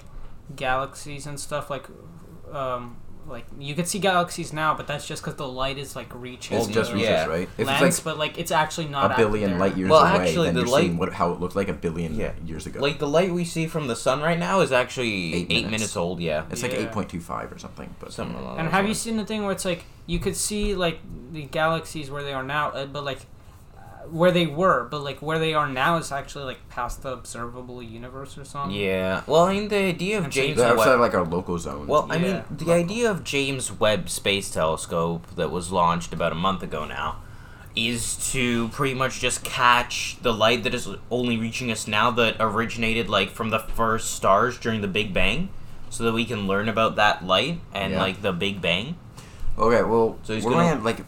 galaxies and stuff like um like you could see galaxies now, but that's just because the light is like reaching. It's Well, just the reaches, yeah. right? If lens, it's like but like it's actually not a out billion there. light years Well, away, actually, then the you're light- seeing what, how it looked like a billion Yeah. years ago. Like the light we see from the sun right now is actually Eight eight, minutes. minutes. old. Yeah, it's Yeah. like 8.25 or something. But something along. And those have you lines. seen the thing where it's like you could see like the galaxies where they are now, uh, but like uh, where they were, but like where they are now is actually like past the observable universe or something. Yeah. Well, I mean, the idea of And so James they're outside Webb. like our local zone. Well, I mean, Yeah. the idea of James Webb Space Telescope that was launched about a month ago now is to pretty much just catch the light that is only reaching us now that originated like from the first stars during the Big Bang, so that we can learn about that light and Yeah. like the Big Bang. okay, well, So he's we're gonna- land like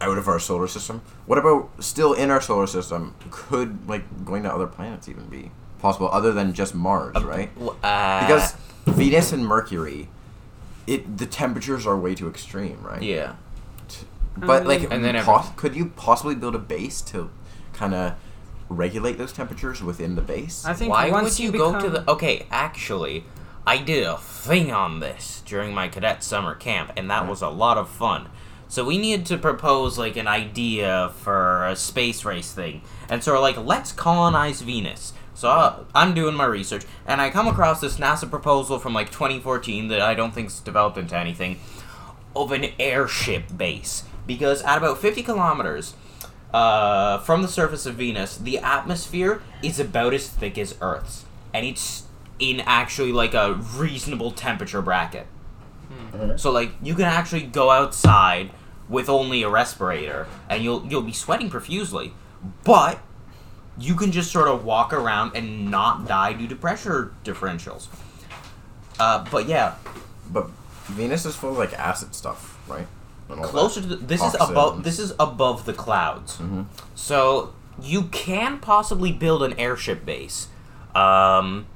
out of our solar system. What about still in our solar system? Could like going to other planets even be possible other than just Mars, right? Well, Uh, Because Venus and Mercury, it the temperatures are way too extreme, right? yeah. But like, And then pos- everything. could you possibly build a base to kind of regulate those temperatures within the base? I think Why once would you, become, go to the? Okay, actually, I did a thing on this during my cadet summer camp, and that was a lot of fun. So we needed to propose like an idea for a space race thing, and so we're like, let's colonize Venus. So I, I'm doing my research, and I come across this NASA proposal from like 2014 that I don't think's developed into anything, of an airship base because at about 50 kilometers uh, from the surface of Venus, the atmosphere is about as thick as Earth's, and it's in actually like a reasonable temperature bracket. So like you can actually go outside with only a respirator, and you'll you'll be sweating profusely, but you can just sort of walk around and not die due to pressure differentials. Uh, but yeah, But Venus is full of like acid stuff, right? And all that. closer to the, this is Oxygen. above this is above the clouds Mm-hmm. so you can possibly build an airship base um,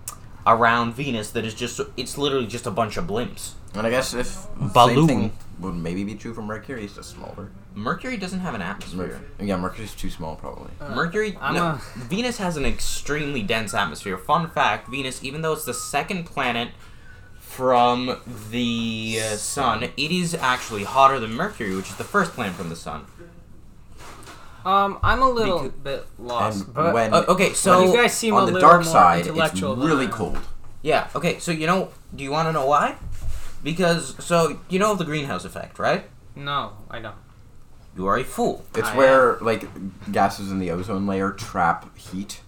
around venus that is just it's literally just a bunch of blimps And I guess if Balloon. same thing would maybe be true for Mercury, it's just smaller. mercury doesn't have an atmosphere Mercury. Yeah, Mercury's too small probably. Mercury, I'm no, a- Venus has an extremely dense atmosphere. Fun fact: Venus, even though it's the second planet from the uh, sun, it is actually hotter than Mercury, which is the first planet from the sun. Um, I'm a little Because- bit lost, And but when Uh, okay, so you guys seem a on the little dark more side, it's intellectual than I really am. cold. Yeah, okay, so you know, do you want to know why? Because, so, you know of the greenhouse effect, right? no, I don't. You are a fool. It's I, uh, where like gases in the ozone layer trap heat.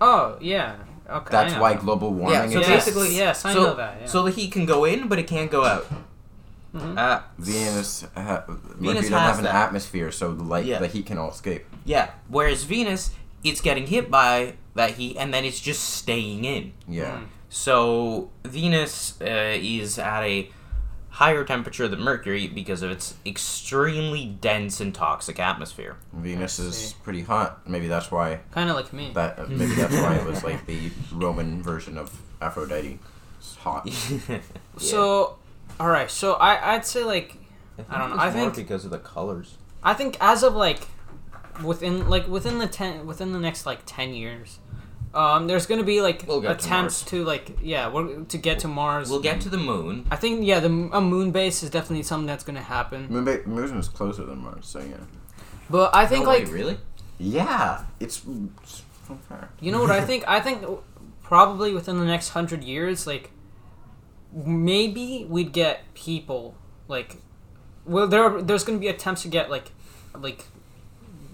Oh yeah, okay. That's I know. Hmm. why global warming yeah, so exists. basically, Yes, I so, know that, yeah. Mm-hmm. So the heat can go in, but it can't go out. Uh, Venus, ha- Mercury Venus doesn't has have an that. atmosphere, so the light, Yeah. the heat can all escape. yeah, whereas Venus, it's getting hit by that heat, and then it's just staying in. Yeah, So Venus uh, is at a higher temperature than Mercury because of its extremely dense and toxic atmosphere. Venus is see. pretty hot. Maybe that's why Kind of like me. that. uh, Maybe that's why it was like the Roman version of Aphrodite. It's hot. So, all right. So I I'd say like I don't know. I think because of the colors. I think as of like within like within the ten within the next like ten years, um, there's gonna be like We'll get to attempts to, like yeah we're, to get to Mars. We'll get to the moon. I think yeah the a moon base is definitely something that's gonna happen. Moon ba- Moon is closer than Mars, so yeah. But I think No way, like really? Yeah, it's, it's okay. you know what I think I think probably within the next hundred years like maybe we'd get people like well there are, there's gonna be attempts to get like like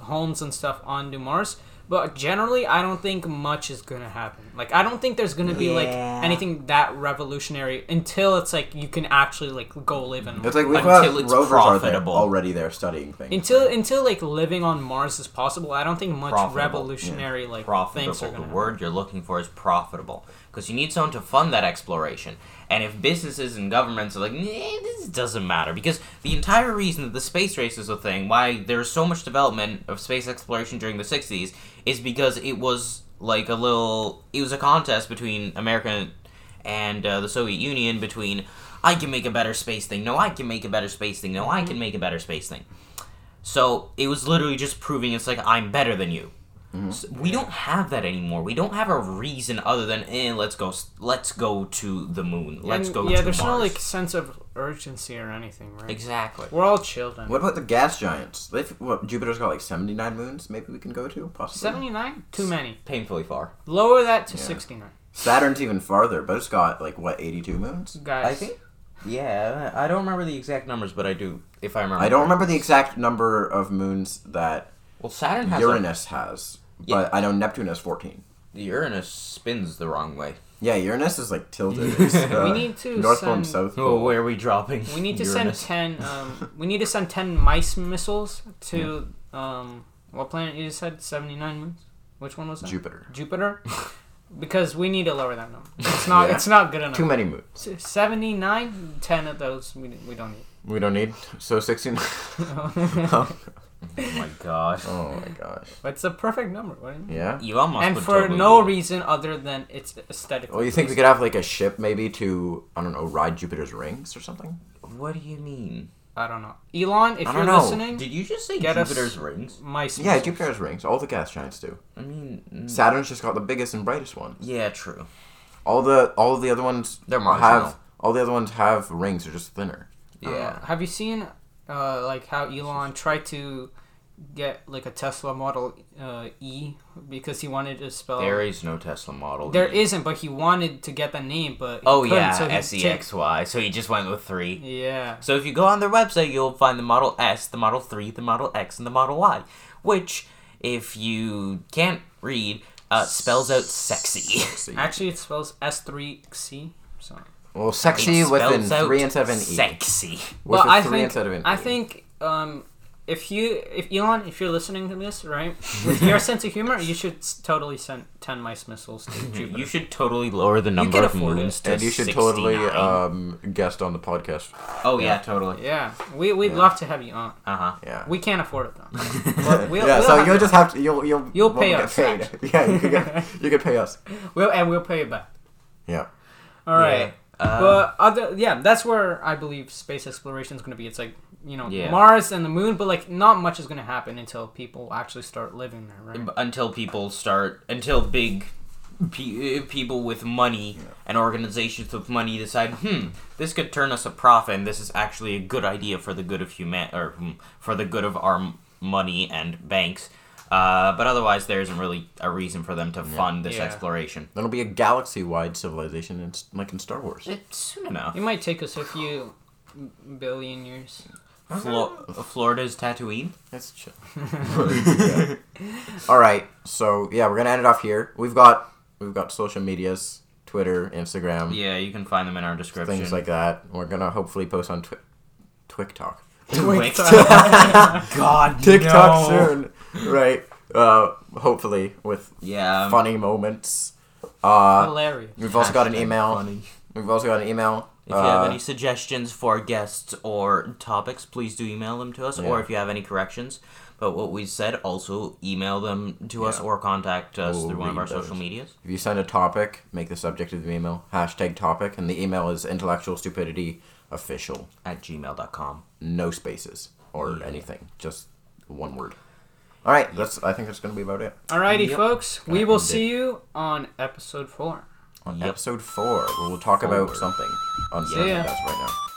homes and stuff onto Mars. But generally, I don't think much is gonna happen. Like, I don't think there's gonna be like Yeah. anything that revolutionary until it's like you can actually like go live in. Mars. It's like we've Until got it's rovers are there profitable. already there studying things. until until like living on Mars is possible. I don't think much Profitable, yeah. revolutionary like Profitable. things are The gonna. word you're looking for is profitable. Because you need someone to fund that exploration. And if businesses and governments are like, "Nah, this doesn't matter. Because the entire reason that the space race is a thing, why there's so much development of space exploration during the 60s, is because it was like a little. It was a contest between America and uh, the Soviet Union between. I can make a better space thing. No, I can make a better space thing. No, Mm-hmm. I can make a better space thing. So it was literally just proving it's like I'm better than you. S- we don't have that anymore. We don't have a reason other than eh, let's go, s- let's go to the moon. Let's And, go. Yeah, to there's Mars. no like sense of urgency or anything, right? exactly. We're all children. What about the gas giants? They what Jupiter's got like seventy nine moons. Maybe we can go to possibly. Seventy nine? Too many. Painfully far. Lower that to Yeah. sixty nine, Saturn's even farther, but it's got like what eighty two moons. guys. Yeah, I don't remember the exact numbers, but I do. If I remember, I don't remember the exact number of moons that Well, Saturn has Uranus has, Yeah. but I know Neptune has fourteen. A, Uranus spins the wrong way. Yeah, Uranus is like tilted. It's, uh, We need to North Pole and send- South Pole. Oh, where are we dropping? We need to send ten. Um, we need to send ten mice missiles to um, what planet you just said? Seventy nine moons. Which one was that? Jupiter. Jupiter. because we need to lower that number. It's not. Yeah. It's not good enough. Too many moons. 79 10 of those we, we don't need We don't need so sixteen. Oh my gosh. oh my gosh. but it's a perfect number what do you mean? Yeah. Elon Musk and would for totally no do that. reason other than it's aesthetically Well, Oh, you think we could have like a ship maybe to I don't know ride Jupiter's rings or something? What do you mean? i don't know elon if I don't you're know. listening Did you just say Get us- Jupiter's rings? Yeah, my missiles. Jupiter's rings. All the gas giants do. I mean, mm, Saturn's just got the biggest and brightest one. yeah, true. All the all the other ones They're marginal. have all the other ones have rings. They're just thinner. I don't know. Uh-huh. Yeah. have you seen uh, like how elon tried to get like a tesla model uh, e because he wanted to spell There is no Tesla model. Uh, There E. isn't, but he wanted to get the name but he Oh couldn't, yeah, so he S E X Y. So he just went with three. took- yeah So if you go on their website, you'll find the Model S, the Model 3, the Model X, and the Model Y. which, if you can't read, uh, spells out sexy. See. Actually, it spells S three C. So. Well, sexy It within spells out three and seven e. Sexy. With well, a I three think instead of an I E. think um, if you if Elon if you're listening to this right with your sense of humor you should s- totally send ten mice missiles to Jupiter. You should totally lower the number can of afford it. moons to And you should 69. totally um, guest on the podcast. oh yeah, totally. yeah, we we'd love to have you on. Uh huh. Yeah. We can't afford it though. But we'll, yeah, we'll so have you'll you just have to you'll you'll You'll we'll pay get us. paid. yeah, you could, get, you could pay us. on. we'll and we'll pay you back. Yeah. All right. Yeah. Uh, but other yeah, that's where I believe space exploration is going to be. It's like you know Yeah. Mars and the Moon, but like not much is going to happen until people actually start living there, right? b- until people start until big pe- uh, people with money and organizations with money decide hmm this could turn us a profit and this is actually a good idea for the good of human or hmm, for the good of our m- money and banks uh, but otherwise there isn't really a reason for them to fund this Yeah. exploration That'll be a galaxy wide civilization in, s- like in Star Wars. it's soon enough It might take us a few billion years. Mm-hmm. Flo- florida's tatooine That's chill. Yeah. All right. So yeah, we're gonna end it off here. We've got we've got social medias, Twitter, Instagram, yeah you can find them in our description things like that. We're gonna hopefully post on Twi- TikTok. Wait. god TikTok no. soon, right? Uh, hopefully with Um, yeah funny moments. Uh, Hilarious. we've also got an Hashtag email. funny. We've also got an email. If you have uh, any suggestions for guests or topics, please do email them to us. Or Yeah. if you have any corrections about what we said, also email them to us Yeah. or contact us We'll through one of read our those. social medias. If you send a topic, make the subject of the email hashtag topic, and the email is intellectual stupidity official. At gmail.com. No spaces or anything, just one word. All right, that's. I think that's going to be about it Alrighty, Yep. folks. We That will ended. see you on episode four. on Yep. episode four, where we'll talk about Forward. something on something Yeah. that's right now.